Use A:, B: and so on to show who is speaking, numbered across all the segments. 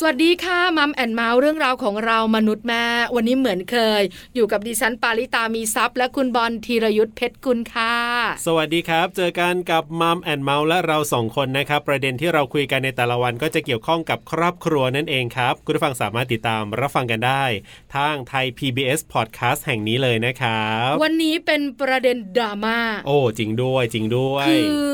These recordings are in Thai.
A: สวัสดีค่ะมัมแอนเมาส์เรื่องราวของเรามนุษย์แม่ วันนี้เหมือนเคย อยู่กับดิฉันปาริตามีซัพย์ และคุณบอลธีรยุทธเพชรกุลค่ะ
B: สวัสดีครับ เจอกันกับมัมแอนเมาส์และเราสองคนนะครับ ประเด็นที่เราคุยกันในแต่ละวันก็จะเกี่ยวข้องกับครอบครัวนั่นเองครับ คุณผู้ฟังสามารถติดตามรับฟังกันได้ ทางไทย PBS Podcast แห่งนี้เลยนะครับ
A: วันนี้เป็นประเด็นดราม่า
B: โอ้จริงด้วยจริงด้วย
A: คือ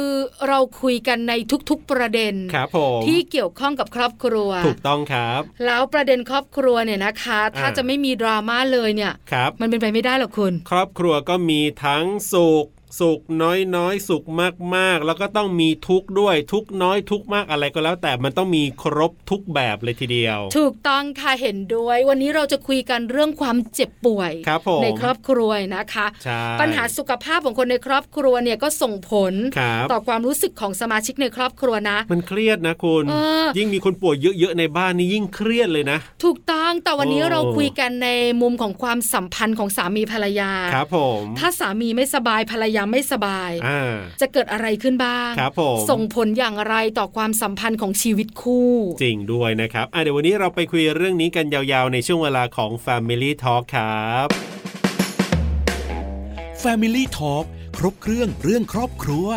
A: เราคุยกันในทุกๆประเด็น
B: ครับผม
A: ที่เกี่ยวข้องกับครอบครัว
B: ถูกต้องครับ
A: แล้วประเด็นครอบครัวเนี่ยนะคะ ถ้า
B: อ่า
A: จะไม่มีดราม่าเลยเนี่ย
B: ครับ
A: มันเป็นไปไม่ได้หรอกคุณ
B: ครอบครัวก็มีทั้งสุข สุขน้อยน้อยสุขมากๆ แล้วก็ต้องมีทุกข์ด้วยทุกข์น้อยทุกข์มากอะไรก็แล้ว แต่มันต้องมีครบทุกแบบเลยทีเดียว
A: ถูกต้องค่ะเห็นด้วย วันนี้เราจะคุยกันเรื่องความเจ็บป่วย
B: ครับผม
A: ในครอบครัวนะคะ
B: ใช่
A: ปัญหาสุขภาพของคนในครอบครัวเนี่ยก็ส่งผล
B: ครับ
A: ต่อความรู้สึกของสมาชิกในครอบครัวนะ
B: มันเครียดนะคุณ
A: เออ
B: ยิ่งมีคนป่วยเยอะๆในบ้านนี่ยิ่งเครียดเลยนะ
A: ถูกต้องแต่วันนี้
B: โอ้
A: เราคุยกันในมุมของความสัมพันธ์ของสามีภรรยา
B: ครับผม
A: ถ้าสามีไม่สบายภรรยาไม่สบาย
B: อ่า
A: จะเกิดอะไรขึ้นบ้าง
B: ครับผม
A: ส่งผลอย่างไรต่อความสัมพันธ์ของชีวิตคู่
B: จริงด้วยนะครับอ่ะเดี๋ยววันนี้เราไปคุยเรื่องนี้กันยาวๆ ในช่วงเวลาของ Family Talk ครับ
C: Family Talk ครบเครื่องเรื่องครอบครัว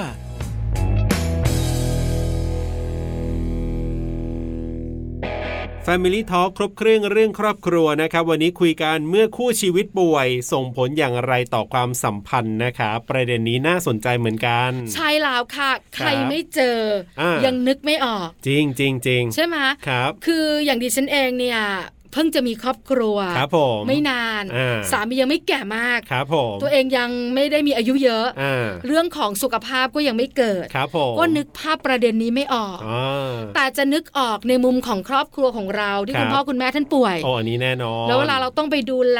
B: Family Talk ครบเครื่องเรื่องครอบครัวนะครับ วันนี้คุยกันเมื่อคู่ชีวิตป่วย ส่งผลอย่างไรต่อความสัมพันธ์นะครับประเด็นนี้น่าสนใจเหมือนกัน
A: ใช่แล้วค่ะ ใครไม่เจอ
B: อ่ายั
A: ยังนึกไม่ออก
B: จริงจริงจริง
A: ใช่ไหม
B: ครับ
A: คืออย่างดิฉันเองเนี่ย เพิ่งจะมีครอบครัว
B: ครับผม
A: ไม่นาน
B: อ่า
A: สามียังไม่แก่มาก
B: ครับผม
A: ตัวเองยังไม่ได้มีอายุเยอะ
B: อ่า
A: เรื่องของสุขภาพก็ยังไม่เกิด
B: ครับผม
A: ก็นึกภาพประเด็นนี้ไม่ออก
B: อ่า
A: แต่จะนึกออกในมุมของครอบครัวของเราที่
B: ครับ
A: คุณพ่อคุณแม่ท่านป่วย
B: โอ้อันนี้แน่นอน
A: แล้วเวลาเราต้องไปดูแล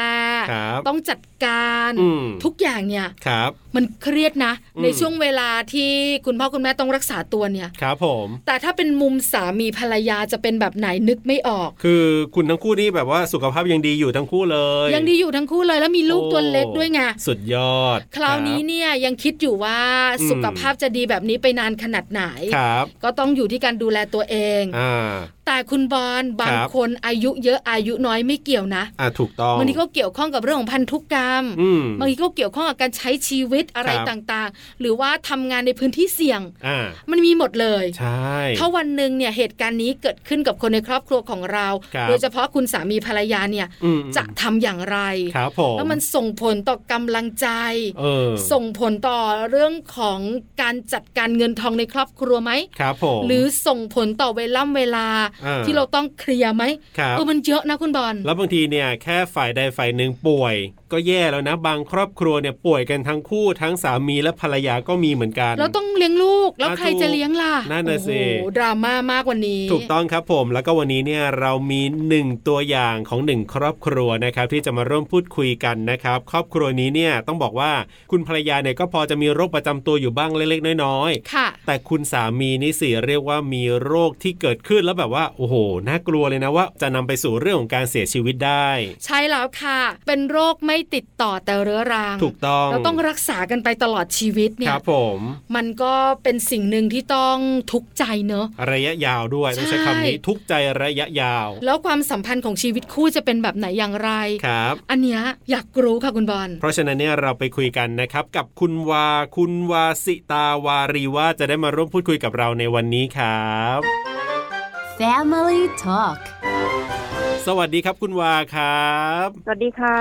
B: ครับ
A: ต้องจัดการ
B: อืม
A: ทุกอย่างเนี่ย
B: ครับ
A: มันเครียดนะ
B: อืม
A: ในช่วงเวลาที่คุณพ่อคุณแม่ต้องรักษาตัวเนี่ย
B: ครับผม
A: แต่ถ้าเป็นมุมสามีภรรยาจะเป็นแบบไหนนึกไม่ออก
B: คือคุณทั้งคู่นี่แบบว่าสุขภาพยังดีอยู่ทั้งคู่เลย
A: ยังดีอยู่ทั้งคู่เลยแล้วมีลูก
B: โอ้
A: ตัวเล็กด้วยไง
B: สุดยอด
A: คราวนี้เนี่ยยังคิดอยู่ว่า
B: อืม
A: สุขภาพจะดีแบบนี้ไปนานขนาดไหน
B: ครับ
A: ก็ต้องอยู่ที่การดูแลตัวเอง
B: ครับ อ่า
A: แต่คุณบอลบาง
B: ครับ
A: คนอายุเยอะอายุน้อยไม่เกี่ยวนะ
B: อ่าถูกต้อง
A: บางทีก็เกี่ยวข้องกับเรื่องของพันธุกรรม
B: อืม
A: บางทีก็เกี่ยวข้องกับการใช้ชีวิตอะไร
B: ครับ
A: ต่างๆ หรือว่าทำงานในพื้นที่เสี่ยง
B: อ่า
A: มันมีหมดเลย
B: ใช่
A: ถ้าวันหนึ่งเนี่ยเหตุการณ์นี้เกิดขึ้นกับคนในครอบครัวของเรา
B: ครับ
A: โดยเฉพาะคุณสามีภรรยาเนี่ย
B: อืม
A: จะทำอย่างไร
B: ครับผม
A: แล้วมันส่งผลต่อกำลังใจ
B: เออ
A: ส่งผลต่อเรื่องของการจัดการเงินทองในครอบครัวไหม
B: ครับผม
A: หรือส่งผลต่อเวล่ำเวลา
B: อ่า
A: ที่เราต้องเคลียร์ไหม
B: ครับ
A: เออมันเยอะนะคุณบอล
B: แล้วบางทีเนี่ยแค่ฝ่ายใดฝ่ายหนึ่งป่วย ก็แย่แล้วนะ บางครอบครัวเนี่ยป่วยกันทั้งคู่ ทั้งสามีและภรรยาก็มีเหมือนกัน
A: แล้วต้องเลี้ยงลูกแล้ว
B: อ่า
A: ใครจะเลี้ยงล่ะ
B: นั่นน่ะสิ
A: โอ้โหดราม่ามากวันนี้
B: ถูกต้องครับผมแล้วก็วันนี้เนี่ยเรามีหนึ่งตัวอย่างของหนึ่งครอบครัวนะครับที่จะมาร่วมพูดคุยกันนะครับครอบครัวนี้เนี่ยต้องบอกว่าคุณภรรยาเนี่ยก็พอจะมีโรคประจำตัวอยู่บ้างเล็กๆ น้อย
A: ค่ะ
B: ๆแต่คุณสามีนี่สิเรียกว่ามีโรคที่เกิดขึ้นแล้วแบบว่าโอ้โหน่ากลัวเลยนะว่า จะนำไปสู่เรื่องของการเสียชีวิตได้
A: ใช่แล้วค่ะ เป็นโรคไม่ติดต่อแต่เรื้อรัง
B: ถูกต้อง
A: เราต้องรักษากันไปตลอดชีวิตเนี่
B: ค
A: ย
B: รับผม
A: มันก็เป็นสิ่งหนึ่งที่ต้องทุกข์ใจเนอะ
B: ระยะยาวด้วยต้องใช้
A: ใช่
B: คำนี้ทุกข์ใจระยะยาว
A: แล้วความสัมพันธ์ของชีวิตคู่จะเป็นแบบไหนอย่างไร
B: ครับ
A: อันเนี้ยอยากรู้ค่ะคุณบอล
B: เพราะฉะนั้นเนี่ยเราไปคุยกันนะครับ กับคุณวาคุณวาสิตาวารีว่าจะได้มาร่วมพูดคุยกับเราในวันนี้ครับ
D: Family Talk
B: สวัสดีครับคุณวาครับ
E: สวัสดีค่ะ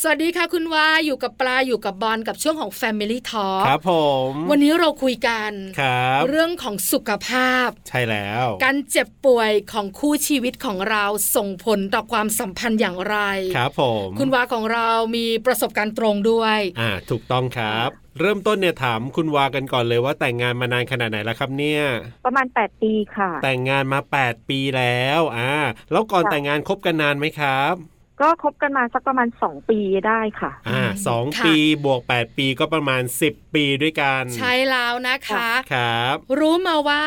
A: สวัสดีค่ะคุณวาอยู่กับปลาอยู่กับบอลกับช่วงของ Family Talk
B: ครับผม
A: วันนี้เราคุยกัน
B: ครับ
A: เรื่องของสุขภาพ
B: ใช่แล้ว
A: การเจ็บป่วยของคู่ชีวิตของเราส่งผลต่อความสัมพันธ์อย่างไร
B: ครับผม
A: คุณวาของเรามีประสบการณ์ตรงด้วย
B: อ่าถูกต้องครับ เริ่มต้นเนี่ยถามคุณวากันก่อนเลยว่าแต่งงานมานานขนาดไหนแล้วครับเนี่ย
E: ประมาณ 8 ปีค่ะ
B: แต่งงานมา 8 ปีแล้วอ่าแล้วก่อน
E: ค่ะ
B: แต่งงานคบกันนานไหมครับ
E: ก็คบกันมาสักประมาณ 2 ปีได้ค่ะ
B: อ่าสอง
A: ค่ะ
B: ปีบวก 8 ปีก็ประมาณ 10 ปีด้วยกัน
A: ใช่แล้วนะคะ
B: ครับ
A: รู้มาว่า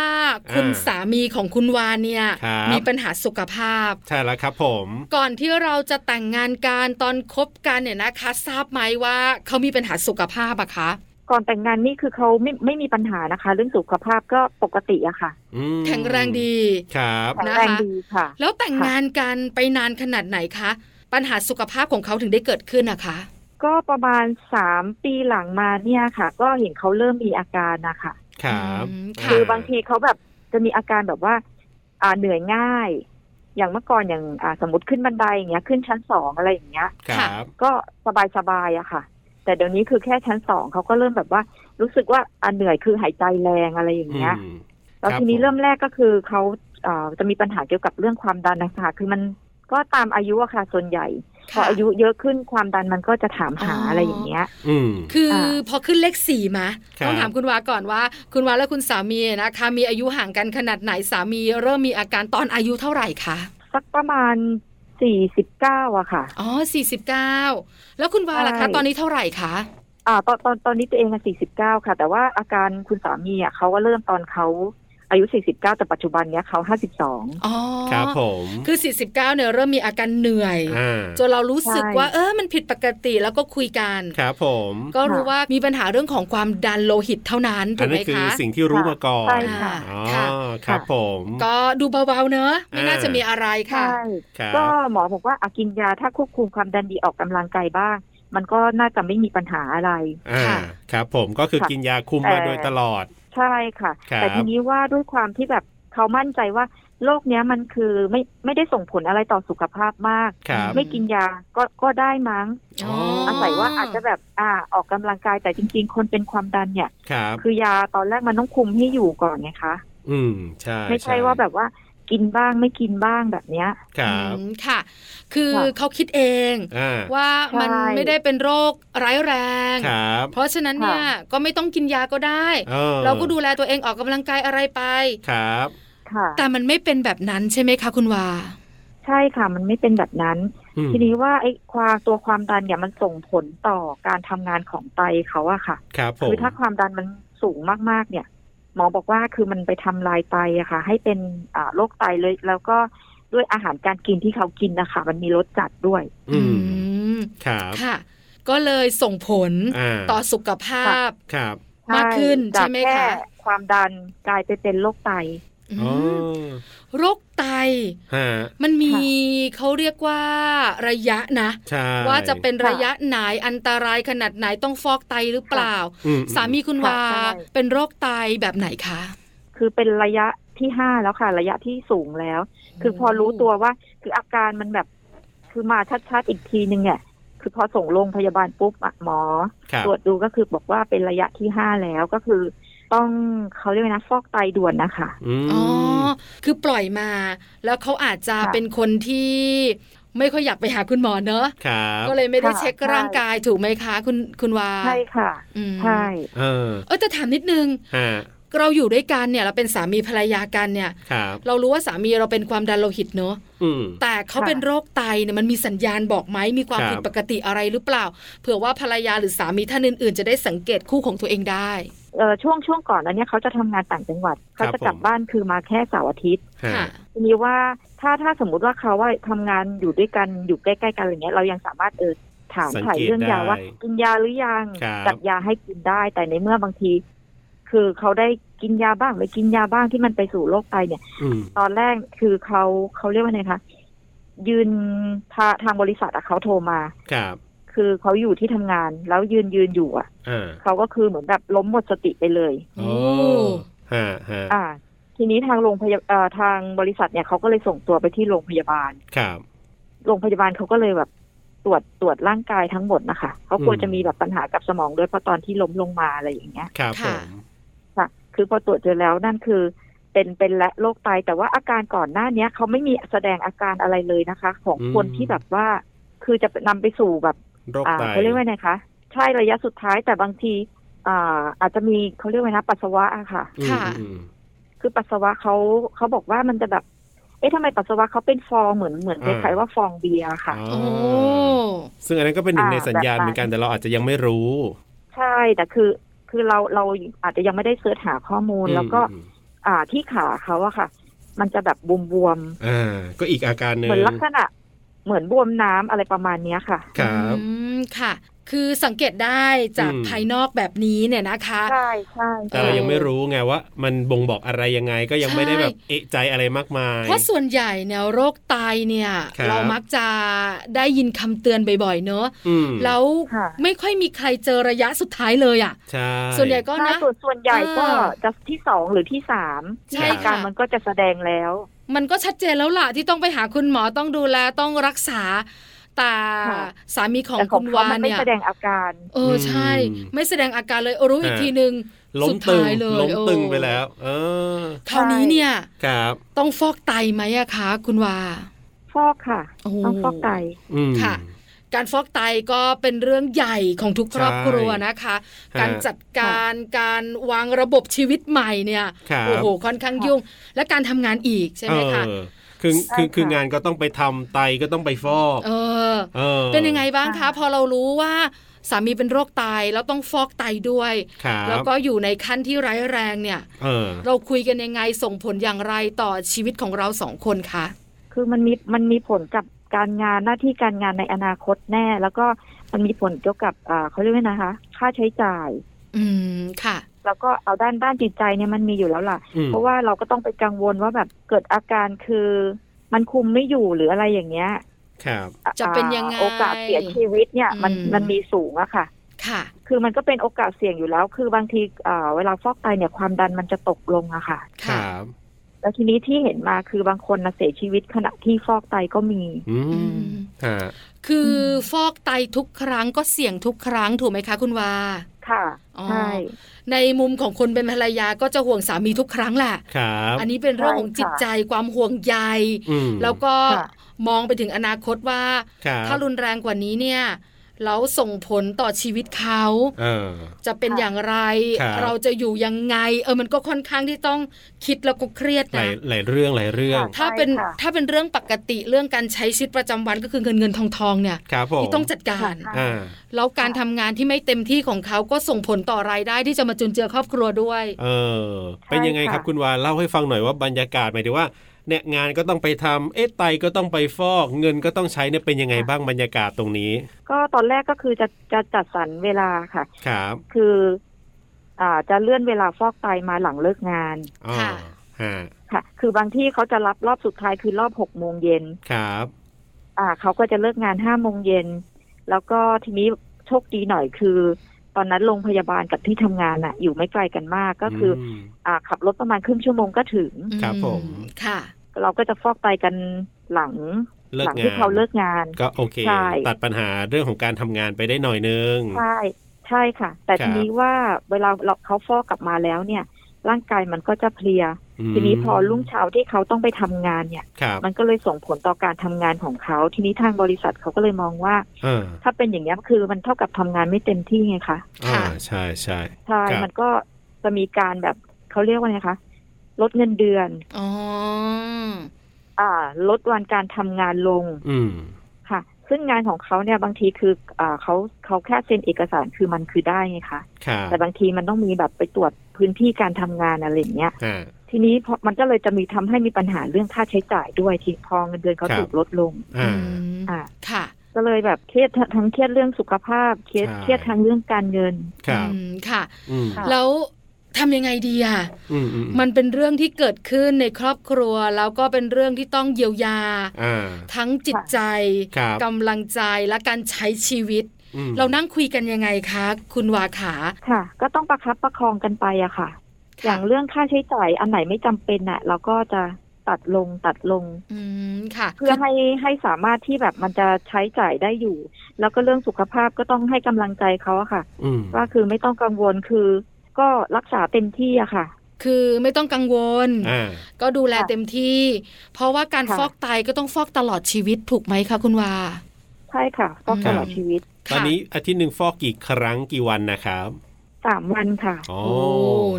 A: คุณ
B: อ่า
A: สามีของคุณวานเนี่ย
B: ครับ
A: มีปัญหาสุขภาพ
B: ใช่แล้วครับผม
A: ก่อนที่เราจะแต่งงานกันตอนคบกันเนี่ยนะคะ ทราบไหมว่าเขามีปัญหาสุขภาพอะคะ
E: ก่อนแต่งงานนี่คือเขาไม่ไม่มีปัญหานะคะ เรื่องสุขภาพก็ปกติอะค่ะ
B: อืม
A: แข็งแรงดี
B: ครับ
E: แข็ง
A: นะคะ
E: แรงดีค่ะ
A: แล้วแต่งงานกันไปนานขนาดไหนคะ ปัญหาสุขภาพของเขาถึงได้เกิดขึ้นนะคะ
E: ก็ประมาณสามปีหลังมาเนี่ยค่ะ ก็เห็นเขาเริ่มมีอาการนะคะ
B: ครับ
A: อืมค่ะ
E: คือบางทีเขาแบบจะมีอาการแบบว่า อ่าเหนื่อยง่าย อย่างเมื่อก่อนอย่างอ่าสมมติขึ้นบันไดอย่างเงี้ยขึ้นชั้นสองอะไรอย่างเงี้ย
B: ครับ
E: ก็สบายสบายๆอะค่ะ แต่เดี๋ยวนี้คือแค่ชั้นสองเขาก็เริ่มแบบว่า รู้สึกว่าอันเหนื่อยคือหายใจแรงอะไรอย่างเงี้ย
B: อืม
E: แล้ว
B: ครับ
E: ทีนี้
B: ผม
E: เริ่มแรกก็คือเขาเอ่อจะมีปัญหาเกี่ยวกับเรื่องความดันนะคะคือมันก็ตามอายุอะค่ะส่วนใหญ่พอ
A: ค่ะ
E: อายุเยอะขึ้นความดันมันก็จะถามหา
A: อ๋ออ
E: อะไรอย่างเงี้ย
B: อืม
A: คืออา พอขึ้นเลขสี่มา
B: ครับ
A: ต้องถามคุณวาก่อนว่า คุณวาและคุณสามีนะคะมีอายุห่างกันขนาดไหนสามีเริ่มมีอาการตอนอายุเท่าไหร่คะ
E: สักประมาณสี่สิบเก้าอะค่ะ
A: อ๋อสี่สิบเก้าแล้วคุณวาล่ะคะ
E: ใช่
A: ตอนนี้เท่าไหร่คะ
E: อ่าตอนตอนตอนนี้ตัวเองอะสี่สิบเก้าค่ะ แต่ว่าอาการคุณสามีอะเขาก็เริ่มตอนเขาอายุสี่สิบเก้าแต่ปัจจุบันเนี้ยเขาห้าสิบสอง
A: อ๋อ
B: ครับผม
A: คือสี่สิบเก้าเนี่ยเริ่มมีอาการเหนื่อย
B: อ่า
A: จนเรารู้สึก
E: ใช่
A: ว่าเออมันผิดปกติแล้วก็คุยกัน
B: ครับผม
A: ก็รู้ว่ามีปัญหาเรื่องของความดันโลหิตเท่านั้นถู
B: อัน
A: กไห
B: นั้
A: ม
B: นคือ
A: คะ
B: สิ่งที่รู้มาก่อน
E: ใช่ค่ะ
B: อ๋อ
A: ค่ะ
B: ครับผม
A: ก็ดูเบาๆเนอะไม่น่าจะมีอะไรค่ะ
E: ใช่
B: ครั
E: ก็
B: บ
E: หมอบอกว่าอากินยาถ้าควบคุมความดันดีออกกำลังกายบ้าง มันก็น่าจะไม่มีปัญหาอะไร
B: อ่า
A: ค่ะ
B: ครับผมก็คือ
E: ค่ะ
B: กินยาคุม
E: แต่
B: มาโดยตลอด
E: ใช่ค่ะ
B: ครับ
E: แต่ทีนี้ว่าด้วยความที่แบบเขามั่นใจว่าโรคเนี้ยมันคือไม่ไม่ได้ส่งผลอะไรต่อสุขภาพมาก
B: ครับ
E: ไม่กินยาก็ก็ได้มั้ง
A: อ๋ออ
E: อาศัยว่าอาจจะแบบอ่าออกกำลังกายแต่จริง ๆ คนเป็นความดันเนี่ย
B: ครับ
E: คือยาตอนแรกมันต้องคุมให้อยู่ก่อนไงคะ
B: อืม ใช่
E: ไม่ใช่ว่าแบบว่ากินบ้างไม่กินบ้างแบบเนี้ย
B: ครับ
A: อืมค่ะ คือ
E: ค่ะ
A: เขาคิดเอง
B: อ่า
A: ว่ามัน
E: ใช่
A: ไม่ได้เป็นโรคร้ายแรง
B: ครับ
A: เพราะฉะนั้นเนี่ยก็ไม่ต้องกินยาก็ได้
B: ออ
A: เราก็ดูแลตัวเองออกกำลังกายอะไรไป
B: ครับ
E: ค่ะ
A: แต่มันไม่เป็นแบบนั้นใช่ไหมคะคุณวา
E: ใช่ค่ะมันไม่เป็นแบบนั้น
B: อืม
E: ทีนี้ว่าไอ้ความตัวความดันเนี่ยมันส่งผลต่อการทำงานของไตเขาอะค่ะ
B: ครับผม
E: คือถ้าความดันมันสูงมากๆ เนี่ย หมอบอกว่าคือมันไปทำลายไตอะค่ะ ให้เป็นอ่าโรคไตเลย แล้วก็ด้วยอาหารการกินที่เขากินนะคะมันมีรสจัดด้วย
B: อืม
A: อืม
B: ครับ
A: ค่ะ ก็เลยส่งผล
B: อ่า
A: ต่อสุขภาพ
B: ครับ
A: มากขึ้นใช่
E: จาก
A: ไหม
E: แค่
A: คะ
E: ความดันกลายไปเป็นโรคไต
A: อื
B: อ๋อ
A: มโรคไต
B: ฮะ
A: มันมี
E: ค่
A: เขาเรียกว่าระยะนะ
B: ใช่
A: ว่าจะเป็นระยะไหนอันตรายขนาดไหนต้องฟอกไตหรือเปล่า
B: อื
A: สามีคุณวา
E: ค่ะใช่
A: เป็นโรคไตแบบไหนคะ
E: คือเป็นระยะที่ห้าแล้วค่ะ ระยะที่สูงแล้ว คือพอรู้ตัวว่า คืออาการมันแบบ คือมาชัดๆอีกทีนึงเนี่ย คือพอส่งโรงพยาบาลปุ๊บอะหมอ
B: ครับ
E: ตรวจดูก็คือบอกว่าเป็นระยะที่ห้าแล้วก็คือ ต้องเขาเรียกว่านะฟอกไตด่วนนะคะ
B: อืม
A: อ๋อคือปล่อยมา แล้วเขาอาจจะ
E: ค่ะ
A: เป็นคนที่ไม่ค่อยอยากไปหาคุณหมอเนอะ
B: ครับ
A: ก็เลยไม่ได้
E: ค่ะ
A: เช็คร่างกายถูกไหมคะคุณคุณวา
E: ใช่ค่ะ
A: อืม
E: ใช่
B: เออ
A: เออแต่ถามนิดนึง
B: ฮะ
A: เราอยู่ด้วยกันเนี่ย เราเป็นสามีภรรยากันเนี่ย
B: ครับ
A: เรารู้ว่าสามีเราเป็นความดันโลหิตเนอะ
B: อืม
A: แต่เขาเป็นโรคไตเนี่ยมันมีสัญญาณบอกไหมมีความ
B: ครับ
A: ผิดปกติอะไรหรือเปล่า เผื่อว่าภรรยาหรือสามีท่านอื่น ๆ จะได้สังเกตคู่ของตัวเองได้
E: เออช่วงช่วงก่อนอันเนี้ยเขาจะทำงานต่างจังหวัดเขาจะกลับ
B: ผม
E: บ้านคือมาแค่เสาร์อาทิตย์
B: ฮะ
A: ค่ะ
E: ทีนี้ว่าถ้าถ้าสมมุติว่าเขาว่าทำงานอยู่ด้วยกันอยู่ใกล้ๆกันอะไรเงี้ยเรายังสามารถเออถาม
B: สังเกต
E: ถ่ายเรื่องยา
B: ได้
E: ว่า กินยาหรือยัง
B: ครับ
E: จัดยาให้กินได้ แต่ในเมื่อบางที คือเขาได้กินยาบ้างหรือกินยาบ้างที่มันไปสู่โรคไตเนี่ย
B: อืม
E: ตอนแรกคือเขาเขาเรียกว่าไงคะยืนทาทางบริษัทอะเขาโทรมา
B: ครับ
E: คือเขาอยู่ที่ทำงาน แล้วยืนยืนอยู่อะ
B: อ่า
E: เขาก็คือเหมือนแบบล้มหมดสติไปเลย
A: โอ้
B: โอ้ฮะฮะ
E: อ่า ทีนี้ทางโรงพยาเอ่อทางบริษัทเนี่ยเขาก็เลยส่งตัวไปที่โรงพยาบาล
B: ครับ
E: โรงพยาบาลเขาก็เลยแบบตรวจตรวจร่างกายทั้งหมดนะคะเขากลัว
B: อืม
E: จะมีแบบปัญหากับสมองด้วยเพราะตอนที่ล้มลงมาอะไรอย่างเงี้ย
B: ครับผ
A: ค่ะ
B: ม
E: ค่ะ คือพอตรวจเจอแล้วนั่นคือ เป็นเป็นและโรคไตแต่ว่าอาการก่อนหน้าเนี้ยเขาไม่มีแสดงอาการอะไรเลยนะคะ ของ
B: อืม
E: คนที่แบบว่า คือจะนำไปสู่แบบ
B: โรค
E: อ่า
B: ไต
E: เขาเรียกว่าไงคะ ใช่ระยะสุดท้ายแต่บางที อ่า อาจจะมีเขาเรียกว่านะปัสสาวะอะค่ะ
B: อืม
A: ค่ะ
B: อืม
E: คือปัสสาวะเขาเขาบอกว่ามันจะแบบ เอ๊ะทำไมปัสสาวะเขาเป็นฟองเหมือนเหมือนคล้ายๆว่าฟองเบียร์ค่ะ
B: อ๋อ
A: โอ้
B: ซึ่งอันนั้นก็เป็นหนึ่งในสัญญาณ
E: แบบนั้น
B: เหมือนกันแต่เราอาจจะยังไม่รู้
E: ใช่แต่คือคือเราเราอาจจะยังไม่ได้เสิร์ชหาข้อมูล แล้วก็
B: อืม
E: อ่าที่ขาเขาอะค่ะ มันจะแบบบวม
B: อ่า ก็อีกอาการ
E: ๆ
B: หนึ่ง
E: เหมือนลักษณะ เหมือนบวมน้ำอะไรประมาณเนี้ยค่ะ
B: ครับ
A: อืมค่ะ คือสังเกตได้จาก
B: อืม
A: ภายนอกแบบนี้เนี่ยนะคะ
E: ใช่ใช่
B: แต่เรายังไม่รู้ไงว่า มันบ่งบอกอะไรยังไงก็ยังไม่ได้แบบเอะใจอะไรมากมาย
A: เพราะส่วนใหญ่เนี่ยโรคไตเนี่ย
B: ครับ
A: เรามักจะได้ยินคำเตือนบ่อยๆเนอะ
B: อืม
A: แล้ว
E: ค่ะ
A: ไม่ค่อยมีใครเจอระยะสุดท้ายเลยอะ่ะ
B: ใช่
A: ส่วนใหญ่ก็
E: หน้า
A: นะ
E: สุดส่วนใหญ่ก็
A: อ่า
E: จะที่สองหรือที่สาม
A: ใช่
E: อาการ
A: ค่ะ
E: มันก็จะแสดงแล้ว
A: มันก็ชัดเจนแล้วล่ะที่ต้องไปหาคุณหมอต้องดูแลต้องรักษาแต่
E: ค่ะ
A: สามีของ
E: แต่ขอ
A: คุณ
E: งเขา
A: วา
E: มัน นไม่
A: เนี่ย
E: แสดงอาการ
A: เออใช่
B: อืม
A: ไม่แสดงอาการเลยรู้อีก
B: ฮะ
A: ทีหนึ่ง
B: ล้ม
A: สุด
B: ตึง
A: ท้ายเลย
B: ล้ม
A: โอ้
B: ตึงไปแล้ว เออ
A: คราวนี้เนี่ย
B: ครับ
A: ต้องฟอกไตไหมอะคะคุณวา
E: ฟอกค่ะ
A: โอ้
E: ต้องฟอกไต
B: อืม
A: ค่ะ การฟอกไตก็เป็นเรื่องใหญ่ของทุกครอบครัวนะคะ
B: ฮะ
A: การจัดการการวางระบบชีวิตใหม่เนี่ย
B: ครับ
A: โอ้โหค่อนข้างยุ่ง และการทำงานอีกใช่ไหมคะ
B: เออคือ
E: ใช่
B: คือ
E: ค่ะ
B: คืองานก็ต้องไปทำไตก็ต้องไปฟอก
A: เออ
B: เออ
A: เป็นยังไงบ้างคะ
E: ค่ะ
A: พอเรารู้ว่าสามีเป็นโรคไตแล้วต้องฟอกไตด้วย
B: ครับ
A: แล้วก็อยู่ในขั้นที่ร้ายแรงเนี่ย
B: เออ
A: เราคุยกันยังไงส่งผลอย่างไรต่อชีวิตของเราสองคนคะ
E: คือมันมีมันมีผลกับการงานหน้าที่การงานในอนาคตแน่ แล้วก็มันมีผลเกี่ยวกับอ่าเขาเรียกว่านะคะ ค่าใช้จ่าย
A: อืมค่ะ
E: แล้วก็เอาด้านด้านจิตใจเนี่ยมันมีอยู่แล้วล่ะ
B: อืม
E: เพราะว่าเราก็ต้องไปกังวลว่าแบบเกิดอาการคือ มันคุมไม่อยู่หรืออะไรอย่างเงี้ย
B: ครับ
E: อ่า
A: จะเป็นยังไง
E: โอกาสเสียชีวิตเนี่ยมัน
A: อืม
E: มันมีสูงอะค่ะ
A: ค่ะ
E: คือมันก็เป็นโอกาสเสี่ยงอยู่แล้ว คือบางทีอ่าเวลาฟอกไตเนี่ยความดันมันจะตกลงอะค่ะ
B: ค
A: ค่ะ
B: รับ
E: แล้วทีนี้ที่เห็นมาคือบางคนนะเสียชีวิตขณะที่ฟอกไตก็มี
B: อื
A: อื
B: ม
A: ม
B: ฮะ
A: คือฟอกไตทุกครั้งก็เสี่ยงทุกครั้งถูกไหมคะคุณวา
E: ค่ะ
A: อ๋อ
E: ใช่
A: ในมุมของคนเป็นภรรยาก็จะห่วงสามีทุกครั้งแหละ
B: ครับ
A: อันนี้เป็นเรื่องของจิตใจความห่วงใย
B: อืม
A: แล้วก็
E: ค่ะ
A: มองไปถึงอนาคตว่า
B: ครับ
A: ถ้ารุนแรงกว่านี้เนี่ยแล้วส่งผลต่อชีวิตเขา
B: เออ
A: จะเป็นอย่างไร
B: ครับ
A: เราจะอยู่ยังไง เออมันก็ค่อนข้างที่ต้องคิดแล้วก็เครียด
B: หลา
A: นะ
B: ยหลายเรื่องหลายเรื่อง
E: ค่ะ
A: ถ้าเป็น
E: ใช่ค่ะ
A: ถ้าเป็นเรื่องปกติเรื่องการใช้ชีวิตประจำวันก็คือเงินเงินทองทองเนี่ย
B: ครับผม
A: ที่ต้องจัดการ
E: ค่ะ
B: อ่า
A: แล้วการทำงานที่ไม่เต็มที่ของเขาก็ส่งผลต่อรายได้ที่จะมาจุนเจือครอบครัวด้วย
B: เออ เป็นยังไงครับ
E: ค่ะ
B: คุณวานเล่าให้ฟังหน่อยว่าบรรยากาศหมายถึงว่าเนี่ยงานก็ต้องไปทำเอ๊ะไตก็ต้องไปฟอก เงินก็ต้องใช้เนี่ยเป็นยังไงบ้างบรรยากาศตรงนี้
E: ก็ตอนแรกก็คือจะจะจัดสรรเวลาค่ะ
B: ครับ
E: คืออ่าจะเลื่อนเวลาฟอกไตมาหลังเลิกงาน
B: อ๋อ
A: ค่ะ
B: ฮะ
E: ค่ะ คือบางที่เขาจะรับรอบสุดท้ายคือรอบหกโมงเย็น
B: ครับ
E: อ่าเขาก็จะเลิกงานห้าโมงเย็นแล้วก็ทีนี้โชคดีหน่อยคือ ตอนนั้นโรงพยาบาลกับที่ทำงานอะอยู่ไม่ไกลกันมากก็คืออ
B: ม
E: อ่าขับรถประมาณครึ่งชั่วโมงก็ถึง
B: ครับผม
A: อืค่ะ
E: เราก็จะฟอกไตกันหลัง
B: เลิ
E: ห
B: ก
E: ลั
B: งาน
E: ที่เขาเลิกงาน
B: ก็โอเค
E: ใช่
B: ตัดปัญหาเรื่องของการทำงานไปได้หน่อยนึง
E: ใช่ใช่ค่ะ แต่
B: ครับ
E: ทีนี้ว่าเวลาเราเขาฟอกกลับมาแล้วเนี่ย ร่างกายมันก็จะเพลีย
B: ม
E: ทีนี้พอรุ่งเช้าที่เขาต้องไปทำงานเนี่ย
B: ครับ
E: มันก็เลยส่งผลต่อการทำงานของเขา ทีนี้ทางบริษัทเขาก็เลยมองว่า
B: เออ
E: ถ้าเป็นอย่างนี้ยคือมันเท่ากับทำงานไม่เต็มที่ไงคะ
B: อ่า
A: ค่ะ
B: ใช่ใช่
E: ใช่
B: ครับ
E: มันก็จะมีการแบบเขาเรียกว่าไงคะลดเงินเดือน
A: อ๋อ
E: อ่า ลดวันการทำงานลง
B: อืม
E: ค่ะ ซึ่งงานของเขาเนี่ยบางทีคืออ่าเขาเขาแค่เซ็นเอกสารคือมันคือได้ไงคะ
B: ครับ
E: แต่บางทีมันต้องมีแบบไปตรวจพื้นที่การทำงานอะไรอย่างเงี้ย
B: ฮะ
E: ทีนี้พอมันก็เลยจะมีทำให้มีปัญหาเรื่องค่าใช้จ่ายด้วยที่พอเงินเดือนเขา
B: ครับ
E: ถูกลดลง
B: อ่า
A: อ่า
E: อ่า
A: ค่ะ
E: ก็เลยแบบเครียดทั้งเครียดเรื่องสุขภาพ เครียด
B: ใช่
E: เครียดทั้งเรื่องการเงิน
B: ครับ
A: อืมค่ะ
B: อืม
E: ค่ะ
A: แล้วทำยังไงดีอ่ะ
B: อืมอืม
A: มันเป็นเรื่องที่เกิดขึ้นในครอบครัว แล้วก็เป็นเรื่องที่ต้องเยียวยา
B: อ่า
A: ทั้งจิตใจ
B: ครับ
A: กำลังใจและการใช้ชีวิต
B: อืม
A: เรานั่งคุยกันยังไงคะ คุณวาขา
E: ค่ะ ก็ต้องประคับประคองกันไปอะค่ะ อย่างเรื่องค่าใช้จ่ายอันไหนไม่จำเป็นอะเราก็จะตัดลงตัดลง
A: อืมค่ะ
E: เพื่อให้ให้สามารถที่แบบมันจะใช้จ่ายได้อยู่ แล้วก็เรื่องสุขภาพก็ต้องให้กำลังใจเขาอะค่ะ
B: อืม
E: ว่าคือไม่ต้องกังวลคือก็รักษาเต็มที่อะค่ะ
A: คือไม่ต้องกังวล
B: อ่า
A: ก็ดูแลเต็มที่ เพราะว่าการ
E: ค่ะ
A: ฟอกไตก็ต้องฟอกตลอดชีวิตถูกไหมคะคุณวา
E: ใช่ค่ะฟอกตลอด
A: อืม
E: ชีวิต
B: ตอนนี้อาทิตย์หนึ่งฟอกกี่ครั้งกี่วันนะครับ
E: สามวันค่ะ
B: โอ้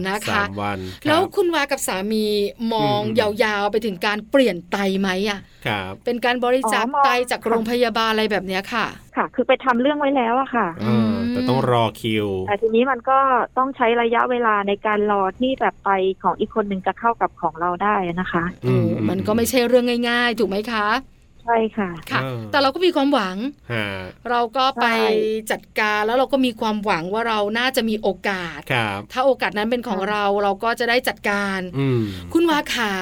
A: นะคะ
B: สามวันครับ
A: แล้วคุณวากับสามีมอง
B: อืม
A: ยาวๆไปถึงการเปลี่ยนไตไหมอ่ะ
B: ครับ
A: เป็นการบริจาค
E: อ๋อมอง
A: ไตจากโรงพยาบาลอะไรแบบเนี้ยค่ะ
E: ค่ะ คือไปทำเรื่องไว้แล้วอะค่ะ
B: เออแต่ต้องรอคิว
E: แต่ทีนี้มันก็ต้องใช้ระยะเวลาในการรอที่แบบไปของอีกคนหนึ่งจะเข้ากับของเราได้นะคะ
B: อืม
A: มันก็ไม่ใช่เรื่องง่าย ๆ ถูกไหมคะ
E: ใช่ค่ะ
A: ค่ะ
B: เออ
A: แต่เราก็มีความหวัง
B: ฮะ
A: เราก็ไป
E: ใช่
A: จัดการแล้วเราก็มีความหวังว่าเราน่าจะมีโอกาส
B: ครับ
A: ถ้าโอกาสนั้นเป็นของเราเราก็จะได้จัดการ
B: อืม
A: คุณวาขา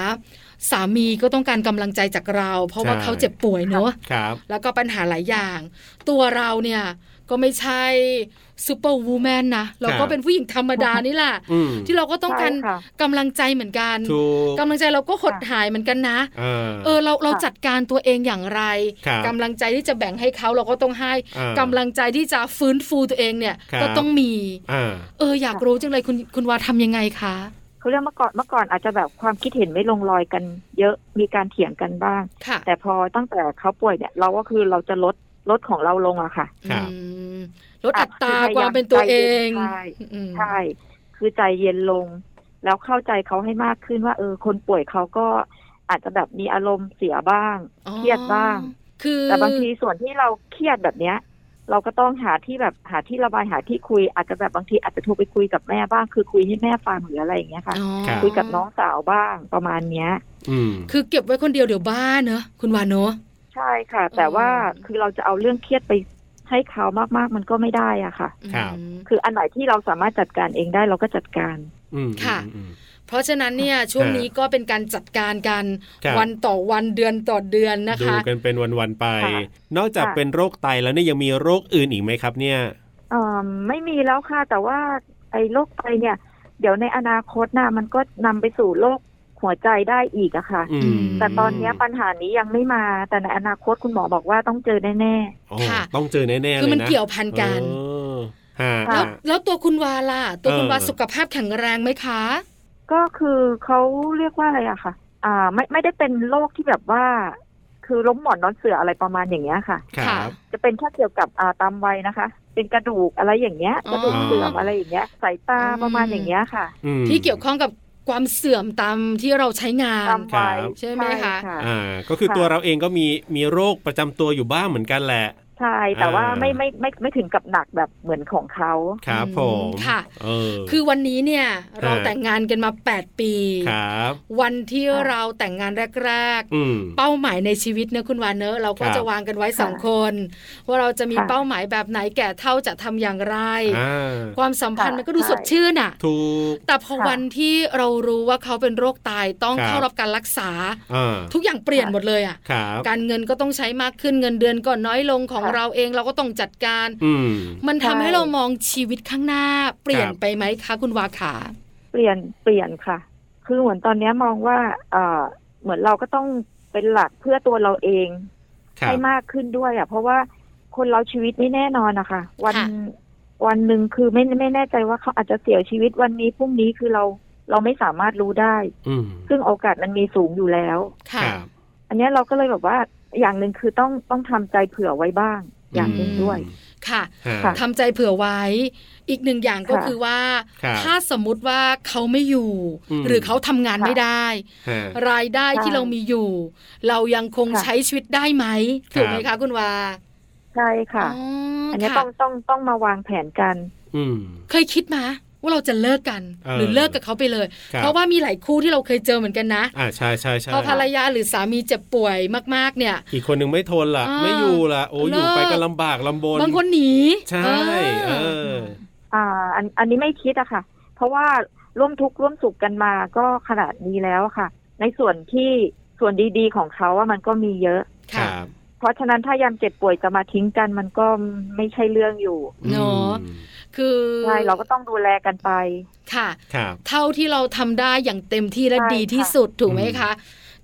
A: สามีก็ต้องการกำลังใจจากเรา เพราะว่า
B: ใช่
A: เขาเจ็บป่วยเนอะ
B: ครับ
A: แล้วก็ปัญหาหลายอย่าง ตัวเราเนี่ยก็ไม่ใช่ซูเปอร์วูแมนนะเราก็เป็นผู้หญิงธรรมดานี่แหละ
B: อืม
A: ที่เราก็ต้องการ
E: ใช่ค่ะ
A: กำลังใจเหมือนกัน
B: ถูก
A: กำลังใจเราก็หดหายเหมือนกันนะ
B: เออ
A: เออเราเราจัดการตัวเองอย่างไร
B: ครับ
A: กำลังใจที่จะแบ่งให้เขาเราก็ต้องให้
B: เออก
A: ำลังใจที่จะฟื้นฟูตัวเองเนี่ย
B: ครับ
A: ก็ต้องมี
B: อ่า
A: เอออยากรู้จังเลยคุณคุณวาทำยังไงคะ
E: เขาเรียกเมื่อก่อนเมื่อก่อนอาจจะแบบความคิดเห็นไม่ลงรอยกัน เยอะมีการเถียงกันบ้าง
A: ค่ะ
E: แต่พอตั้งแต่เขาป่วยเนี่ย เราก็คือเราจะลดลดของเราลงอะค่ะ
B: ครับ
A: อืมลดอัตราความเป็นตัวเอง
E: ใช่
A: อืม
E: ใช่ คือใจเย็นลง แล้วเข้าใจเขาให้มากขึ้นว่า เออ คนป่วยเขาก็อาจจะแบบมีอารมณ์เสียบ้าง
A: อ๋อ
E: เครียดบ้าง
A: คือ
E: แต่บางทีส่วนที่เราเครียดแบบเนี้ย เราก็ต้องหาที่แบบหาที่ระบายหาที่คุย อาจจะแบบบางทีอาจจะโทรไปคุยกับแม่บ้าง คือคุยให้แม่ฟังหรืออะไรอย่างเงี้ยค่ะ
A: อ๋อ
B: ครับ
E: คุยกับน้องสาวบ้างประมาณเนี้ย
B: อืม
A: คือเก็บไว้คนเดียวเดี๋ยวบ้าเนอะคุณวานเนอะ
E: ใช่ค่ะ แต่ว่า
A: อืม
E: คือเราจะเอาเรื่องเครียดไปให้เขามากๆ มันก็ไม่ได้อะค่ะ
B: ครับ
A: อืม
E: คืออันไหนที่เราสามารถจัดการเองได้เราก็จัดการ
B: อืม
A: ค่ะ
B: อืม
A: เพราะฉะนั้นเนี่ยช่วง
B: อ่านี้
A: นี้ก็เป็นการจัดการกัน
B: ครับ
A: วันต่อวันเดือนต่อเดือนนะ
B: ดู
A: คะ
B: กันเป็นวันๆไป
E: ค่ะ
B: นอกจาก
E: ค่ะ
B: เป็นโรคไตแล้วเนี่ยยังมีโรคอื่นอีกไหมครับ เนี่ย
E: เอ่อไม่มีแล้วค่ะ แต่ว่าไอ้โรคไตเนี่ย เดี๋ยวในอนาคตน่ะมันก็นำไปสู่โรคหัวใจได้อีกอะค่ะ
B: อืม
E: แต่ตอนเนี้ยปัญหานี้ยังไม่มา แต่ในอนาคตคุณหมอบอกว่าต้องเจอแน่
B: โอ้
A: ค่ะ
B: ต้องเจอแน่ๆเลยนะ
A: คือมันเกี่ยวพันกัน
B: เออฮะ
E: ค่ะ
A: แล้วแล้วตัวคุณวาล่ะตัวคุณวา
B: เออ
A: สุขภาพแข็งแรงไหมคะ
E: ๆ ก็คือเขาเรียกว่าอะไรอะค่ะ อ่าไม่ไม่ได้เป็นโรคที่แบบว่า คือล้มหมอนนอนเสืออะไรประมาณอย่างเงี้ยค่ะ
B: ครับ
E: จะเป็นแค่เกี่ยวกับอ่าตามวัยนะคะ เป็นกระดูกอะไรอย่างเงี้ย กระดูกเสื่อม
B: อ๋ออ
E: อะไรอย่างเงี้ย สายตา
A: อืม
E: ประมาณอย่างเงี้ยค่ะ
B: อืม
A: ที่เกี่ยวข้องกับความเสื่อมตามที่เราใช้งาน
E: ตามวัย
B: ครับ
A: ใช่ไหมคะ
B: อ่า ก็คือ
E: ค่ะ
B: ตัวเราเองก็มีมีโรคประจำตัวอยู่บ้างเหมือนกันแหละ
E: ใช่แต่ว่า
B: อ่า
E: ไม่ไม่ไม่ไม่ถึงกับหนักแบบเหมือนของเขา
B: ครับ
A: อืม
B: ผม
A: ค่ะ
B: เออ
A: คือวันนี้เนี่ยเรา
B: ฮะ
A: แต่งงานกันมา 8 ปี
B: ครับ
A: วันที่
E: ค่ะ
A: เราแต่งงานแรก
B: อืม
A: ๆ เป้าหมายในชีวิตเนอะคุณวานเนอะเราก็
B: ครับ
A: จะวางกันไว้สอง
E: ค่ะ
A: คน ว่าเราจะมี
E: ค่ะ
A: เป้าหมายแบบไหนแก่เท่าจะทำอย่างไร
B: อ่า
A: ความสัมพันธ์
E: ค่ะ
A: มันก็ดู
E: ใช่
A: สดชื่นอ่ะ
B: ถูก
A: แต่พอ
E: ค่ะ
A: วันที่เรารู้ว่าเขาเป็นโรคไตายต้อง
B: ครับ
A: เข้ารับการรักษา
B: อ่า
A: ทุกอย่างเปลี่ยนหมดเลยอ่ะ
B: ครับ
A: การเงินก็ต้องใช้มากขึ้นเงินเดือนก็น้อยลงของ
E: ค่ะ
A: เราเองเราก็ต้องจัดการ
B: อืม
A: มันทำให้
E: ใช่
A: เรามองชีวิตข้างหน้า เปลี่ยน
B: ครับ
A: ไปไหมคะคุณวาขา
E: เปลี่ยนเปลี่ยนค่ะ คือเหมือนตอนเนี้ยมองว่าเออเหมือนเราก็ต้องเป็นหลักเพื่อตัวเราเอง
B: ครับ
E: ให้มากขึ้นด้วยอ่ะ เพราะว่าคนเราชีวิตไม่แน่นอนนะคะ วัน
A: ค่ะ
E: วันหนึ่งคือไม่ไม่แน่ใจว่าเขาอาจจะเสียชีวิตวันนี้พรุ่งนี้คือเราเราไม่สามารถรู้ได้
B: อืม
E: ซึ่งโอกาสมันมีสูงอยู่แล้ว
B: ค
A: ค่ะ
B: รับ
E: อันเนี้ยเราก็เลยแบบว่าอย่างหนึ่งคือต้องต้องทำใจเผื่อไว้บ้าง อย่างหนึ่งด้วย
A: ค่ะ
B: ฮะ
E: ค่ะ
A: ทำใจเผื่อไว้ อีกหนึ่งอย่างก็
E: ค่ะ
A: คือว่า
B: ครับ
A: ถ้าสมมุติว่าเขาไม่อยู่
B: อืม
A: หรือเขาทำงาน
E: ค่ะ
A: ไม่ได้
B: ฮะ
A: รายได้ที่
E: ใช่
A: เรามีอยู่ เรายังคง
E: ค่ะ
A: ใช้ชีวิตได้ไหม
B: ค
A: ถู
B: รับ
A: กไหมคะคุณวา
E: ใช่ค่ะ
A: อ๋อ
E: อั
A: อั
E: นเนี้ยต้องต้องต้องมาวางแผนกัน
B: อืม
A: เคยคิดมาว่าเราจะเลิกกัน
B: เออ
A: หรือเลิกกับเขาไปเลย
B: ครับ
A: เพราะว่ามีหลายคู่ที่เราเคยเจอเหมือนกันนะ
B: อ่าใช่ใช่ใช่
A: พอภรรยาหรือสามีเจ็บป่วยมากๆเนี่ย
B: อีกคนหนึ่งไม่ทนล่ะ
A: อ่า
B: ไม่อยู่ล่ะ โอ้อยู่ไป
A: เลิก
B: ก็ลำบากลำบน
A: บางคนหนี
B: ใช่
A: เอ
B: เอ
A: อ
B: อ
E: อ่าอันอันนี้ไม่คิดอะค่ะ เพราะว่าร่วมทุกข์ร่วมสุขกันมาก็ขนาดนี้แล้วอะค่ะ ในส่วนที่ส่วนดีๆของเขาอะมันก็มีเยอะ
B: ค
A: ค่ะ
B: รับ
E: เพราะฉะนั้นถ้ายามเจ็บป่วยจะมาทิ้งกันมันก็ไม่ใช่เรื่องอยู่
A: เนอะ
B: อืม
A: คือ
E: ใช่เราก็ต้องดูแลกันไป
A: ค่ะ
B: ครับ
A: เท่าที่เราทำได้อย่างเต็มที่และ
E: ใช่
A: ดีที่สุดถูกไหม
B: อืม
A: คะ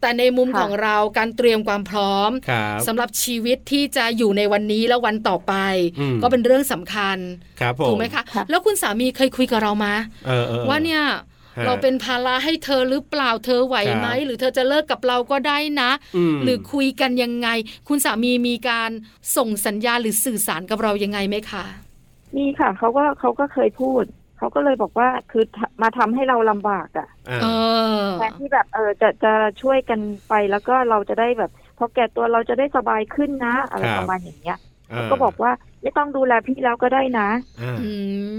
A: แต่ในมุม
E: ค่ะ
A: ของเราการเตรียมความพร้อม
B: ครับ
A: สำหรับชีวิตที่จะอยู่ในวันนี้และวันต่อไป
B: อืม
A: ก็เป็นเรื่องสำคัญ
B: ครับผม
A: ถูกไหมคะ
E: ค่ะ
A: แล้วคุณสามีเคยคุยกับเรามา
B: เออออ
A: ว่าเนี่ย
B: ฮะ
A: เราเป็นภาระให้เธอหรือเปล่าเธอไหว
B: ครับ
A: ไหมหรือเธอจะเลิกกับเราก็ได้นะ
B: ม
A: หรือคุยกันยังไง คุณสามีมีการส่งสัญญาณหรือสื่อสารกับเรายังไงไหมคะ
E: นี่ค่ะเขาก็เขาก็เคยพูดเขาก็เลยบอกว่าคือมาทำให้เราลำบากอะ
B: อ่า
A: เออ
E: แทนที่แบบเออจะจะช่วยกันไปแล้วก็เราจะได้แบบพอแก่ตัวเราจะได้สบายขึ้นนะอะไร
B: ครับ
E: ประมาณอย่างเงี้ยเขาก็บอกว่าไม่ต้องดูแลพี่แล้วก็ได้นะ
B: อ่า
A: อื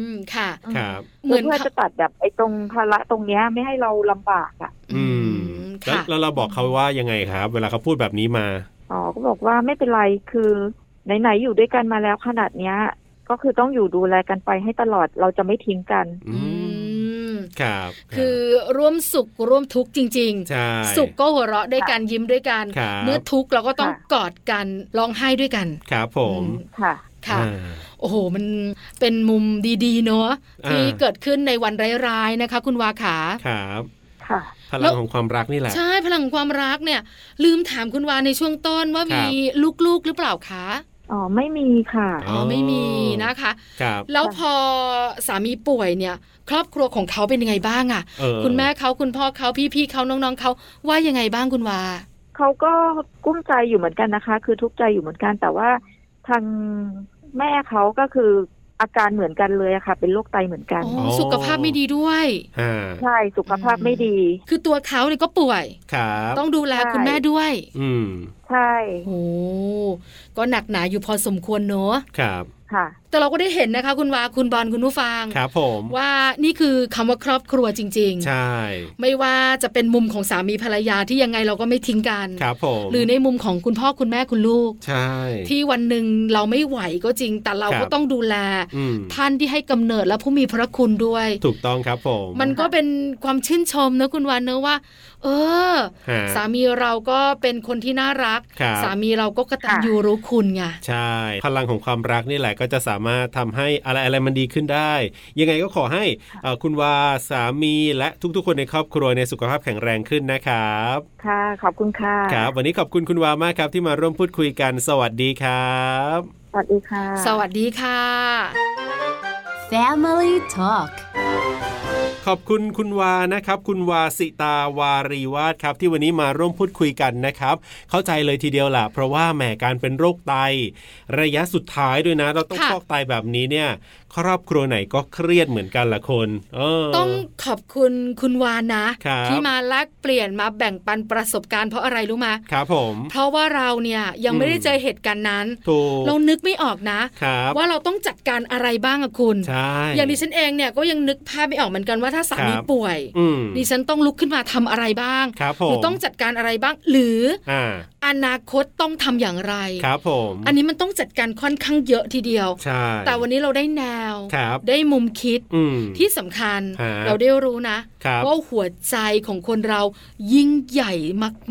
A: ม ค่ะ
B: ครับ
A: เหมือน
E: เพื่อ
A: ค่ะ
E: จะตัดแบบไอ้ตรงภาระตรงเนี้ยไม่ให้เราลำบากอะ่ะ
B: อืม แล้ว
A: ค่ะ
B: แล้วเราบอกเขาว่ายังไงครับ เวลาเขาพูดแบบนี้มา
E: อ๋อก็บอกว่าไม่เป็นไรคือไหนๆอยู่ด้วยกันมาแล้วขนาดเนี้ย ก็คือต้องอยู่ดูแลกันไปให้ตลอดเราจะไม่ทิ้งกัน
B: อื
A: อื
B: ม
A: ม
B: ครับ
A: คือร่วมสุขร่วมทุกข์จริง
B: ใช่
A: ๆ สุขก็หัวเราะด้วยกันยิ้มด้วยกัน
B: ครับ
A: เมื่อทุกข์เราก็ต้อง
E: ค่ะ
A: กอดกันร้องไห้ด้วยกัน
B: ครับผม
A: อื
E: ค่ะ
A: ค่ะ
B: อ่า
A: โอ้โห มันเป็นมุมดีๆ เนอะ
B: อ่า
A: ที่เกิดขึ้นในวันร้ายๆนะคะ คุณวาขา
B: ครับ
E: ค่ะ
B: พลังของความรักนี่แหละ
A: ใช่พลังความรักเนี่ย ลืมถามคุณวาในช่วงต้นว่า
B: ครั
A: มี
B: บ
A: ลูกๆหรือเปล่าคะ
E: อ๋อไม่มีค่ะ
A: อ๋อไม่มีนะคะ
B: ครับ
A: แล้ว
E: ค่ะ
A: พอสามีป่วยเนี่ย ครอบครัวของเขาเป็นยังไงบ้างอะ่ะ
B: เออ
A: คุณแม่เขาคุณพ่อเขาพี่ๆเขาน้องๆเขาว่ายังไงบ้างคุณวา
E: เขาก็กุ้มใจอยู่เหมือนกันนะคะ คือทุกข์ใจอยู่เหมือนกัน แต่ว่าทางแม่เขาก็คืออาการเหมือนกันเลยอะค่ะ เป็นโรคไตเหมือนกัน
A: โอ้สุขภาพไม่ดีด้วย
B: อ่า
E: ใช่สุขภาพไม่ดี
A: คือตัวเขาเนี่ยก็ป่วย
B: ครับ
A: ต้องดูแลคุณแม่ด้วย
B: อืม
E: ใช่
A: โอ้โหก็หนักหนาอยู่พอสมควรเนอะ
B: ครับ
E: ค่ะ
A: แต่เราก็ได้เห็นนะคะ คุณวาคุณบอลคุณผู้ฟัง
B: ครับผม
A: ว่านี่คือคำว่าครอบครัวจริง
B: ใช่
A: ๆ ไม่ว่าจะเป็นมุมของสามีภรรยาที่ยังไงเราก็ไม่ทิ้งกัน
B: ครับผม
A: หรือในมุมของคุณพ่อคุณแม่คุณลูก
B: ใช่
A: ที่วันหนึ่งเราไม่ไหวก็จริง แต่เรา
B: ครั
A: ก็
B: บ
A: ต้องดูแล
B: อืม
A: ท่านที่ให้กำเนิดและผู้มีพระคุณด้วย
B: ถูกต้องครับผม
A: มันก็เป็นความชื่นชมนะคุณวานเนอะว่า เออ
B: ฮะ
A: สามีเราก็เป็นคนที่น่ารัก
B: ครับ
A: สามีเราก็กระตันยูรู้คุณไง
B: ใช่ พลังของความรักนี่แหละก็จะสามารถทำให้อะไรอะไรมันดีขึ้นได้ ยังไงก็ขอให้เอ่อคุณวาสามีและทุกๆ คนในครอบครัวในยสุขภาพแข็งแรงขึ้นนะครับ
E: ค่ะ ขอบคุณค่ะ
B: ครับ วันนี้ขอบคุณคุณวามากครับที่มาร่วมพูดคุยกัน สวัสดีครับ
E: สวัสดีค่ะ
A: สวัสดีค่ะ
D: Family Talk
B: ขอบคุณคุณวานะครับ คุณวาสิตาวารีวาดครับ ที่วันนี้มาร่วมพูดคุยกันนะครับ เข้าใจเลยทีเดียวล่ะ เพราะว่าแหมการเป็นโรคไต ระยะสุดท้ายด้วยนะ เราต้อง
A: ค่ะ
B: ฟอกไตแบบนี้เนี่ย ครอบครัวไหนก็เครียดเหมือนกันละคนเออ
A: ต้องขอบคุณคุณวานนะ
B: ครับ
A: ที่มาแลกเปลี่ยนมาแบ่งปันประสบการณ์เพราะอะไรรู้มา
B: ครับผม
A: เพราะว่าเราเนี่ยยัง
B: อืม
A: ไม่ได้เจอเหตุการณ์นั้น
B: ถูก
A: เรานึกไม่ออกนะ
B: ครับ
A: ว่าเราต้องจัดการอะไรบ้างอะคุณ
B: ใช่
A: อย่างดิฉันเองเนี่ยก็ยังนึกภาพไม่ออกเหมือนกันว่าถ้าสามี
B: ครับ
A: ป่วย
B: อืม
A: ดิฉันต้องลุกขึ้นมาทำอะไรบ้าง
B: ครับผ
A: หรื
B: ม
A: ต้องจัดการอะไรบ้าง หรือ
B: อ่า
A: อนาคตต้องทำอย่างไร
B: ครับผม
A: อันนี้มันต้องจัดการค่อนข้างเยอะทีเดียว
B: ใช่
A: แต่วันนี้เราได้แนว
B: ครับ
A: ได้มุมคิด
B: อืม
A: ที่สำคัญ
B: ฮะ
A: เราได้รู้นะ
B: ครับ
A: ว่าหัวใจของคนเรายิ่งใหญ่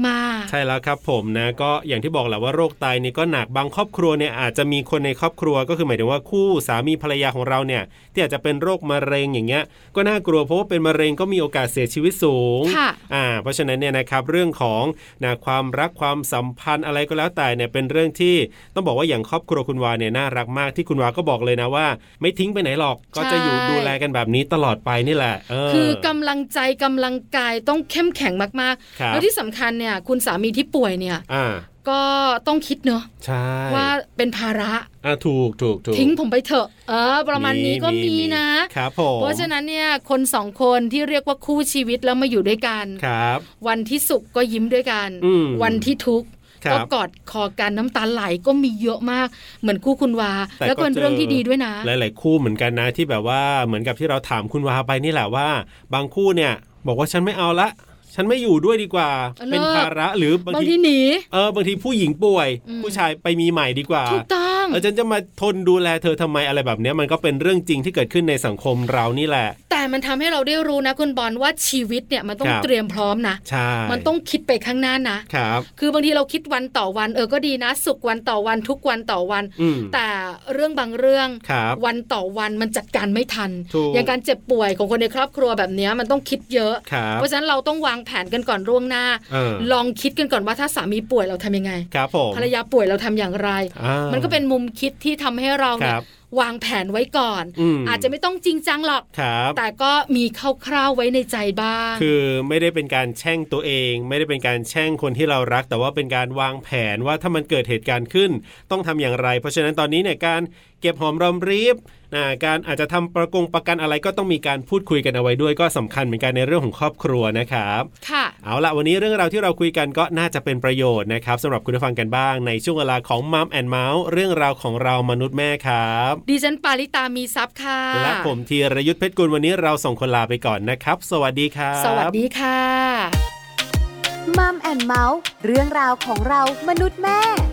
A: มาก
B: ใช่แล้วครับผมนะก็อย่างที่บอกแหละว่าโรคไตเนี่ยก็หนักบางครอบครัวเนี่ยอาจจะมีคนในครอบครัวก็คือหมายถึงว่าคู่สามีภรรยาของเราเนี่ยที่อาจจะเป็นโรคมะเร็งอย่างเงี้ยก็น่ากลัวเพราะว่าเป็นมะเร็งก็มีโอกาสเสียชีวิตสูง
A: ๆ ค่ะ
B: อ่าเพราะฉะนั้นเนี่ยนะครับเรื่องของนะความรักความสัมพันธ์อะไรก็แล้วแต่เนี่ยเป็นเรื่องที่ต้องบอกว่าอย่างครอบครัวคุณวาเนี่ยน่ารักมากที่คุณวาก็บอกเลยนะว่า ไม่ทิ้งไปไหนหรอกก็จะอยู่
A: ใช่
B: ดูแลกันแบบนี้ตลอดไปนี่แหละเ
A: คือกำลังใจกำลังกายต้องเข้มแข็งมาก
B: ครั
A: ๆ
B: บ
A: แล้วที่สำคัญเนี่ยคุณสามีที่ป่วยเนี่ย
B: อ่า
A: ก็ต้องคิดเนอะ
B: ใช่
A: ว่าเป็นภาระ
B: อ่าถูกถูกถูก
A: ทิ้งผมไปเถอะเออ ประมาณนี้ก็มีนะ
B: ครับผม
A: เพราะฉะนั้นเนี่ยคนสองคนที่เรียกว่าคู่ชีวิตแล้วมาอยู่ด้วยกัน
B: ครับ
A: วันที่สุขก็ยิ้มด้วยกัน
B: อืม
A: วันที่ทุกข์
B: ครับ
A: ก็กอดคอกันน้ำตาไหลก็มีเยอะมาก เหมือนคู่คุณวา
B: แต่
A: แล้วก็เป็น
B: ก็เจอ
A: เรื่องที่ดีด้วยนะ
B: หลาย ๆ คู่เหมือนกันนะที่แบบว่าเหมือนกับที่เราถามคุณวาไปนี่แหละว่า บางคู่เนี่ย บอกว่าฉันไม่เอาละ ฉันไม่อยู่ด้วยดีกว่า
A: เออเลิก
B: เป็นภาระหรือบาง
A: บาง
B: ที
A: ทีหนี
B: เออบางทีผู้หญิงป่วย
A: อืม
B: ผู้ชายไปมีใหม่ดีกว่า
A: ถูกต้อง
B: เออฉันจะมาทนดูแลเธอทำไมอะไรแบบเนี้ยมันก็เป็นเรื่องจริงที่เกิดขึ้นในสังคมเรานี่แหละ
A: แต่มันทำให้เราได้รู้นะคุณบอลว่าชีวิตเนี่ยมันต้อง
B: ครับ
A: เตรียมพร้อมนะ
B: ใช่
A: มันต้องคิดไปข้างหน้านะ
B: ครับ
A: คือบางทีเราคิดวันต่อวันเออก็ดีนะ สุกวันต่อวันทุกวันต่อวัน
B: อืม
A: แต่เรื่องบางเรื่อง
B: ครับ
A: วันต่อวันมันจัดการไม่ทัน
B: ถูก
A: อย่างการเจ็บป่วยของคนในครอบครัวแบบเนี้ยมันต้องคิดเยอะ
B: ครับ
A: เพราะฉะนั้นเราต้องวางแผนกันก่อนล่วงหน้า
B: เออ
A: ลองคิดกันก่อนว่าถ้าสามีป่วยเราทำยังไง
B: ครับผม
A: ภรรยาป่วยเราทำอย่างไร
B: อ่า
A: มันก็เป็นมุมคิดที่ทำให้เราเนี่ย
B: ครับ
A: วางแผนไว้ก่อน
B: อืม
A: อาจจะไม่ต้องจริงจังหรอก
B: ครับ
A: แต่ก็มีคร่าวๆไว้ในใจบ้าง
B: คือไม่ได้เป็นการแช่งตัวเอง ไม่ได้เป็นการแช่งคนที่เรารัก แต่ว่าเป็นการวางแผนว่าถ้ามันเกิดเหตุการณ์ขึ้น ต้องทำอย่างไร เพราะฉะนั้นตอนนี้เนี่ยการเก็บหอมรอมริบนะการอาจจะทำประกงประกันอะไรก็ต้องมีการพูดคุยกันเอาไว้ด้วยก็สำคัญเหมือนกันในเรื่องของครอบครัวนะครับ
A: ค่ะ
B: เอาละวันนี้เรื่องราวที่เราคุยกันก็น่าจะเป็นประโยชน์นะครับสำหรับคุณผู้ฟังกันบ้าง ในช่วงเวลาของมัมแอนเมาส์เรื่องราวของเรามนุษย์แม่ครับ
A: ดิฉันปาริตามีซับค่ะ
B: และผมธีรยุทธเพชรกุลวันนี้เราส่งคนลาไปก่อนนะครับ สวัสดีครับ
A: สวัสดีค่ะ
D: มัมแอนเมาส์เรื่องราวของเรามนุษย์แม่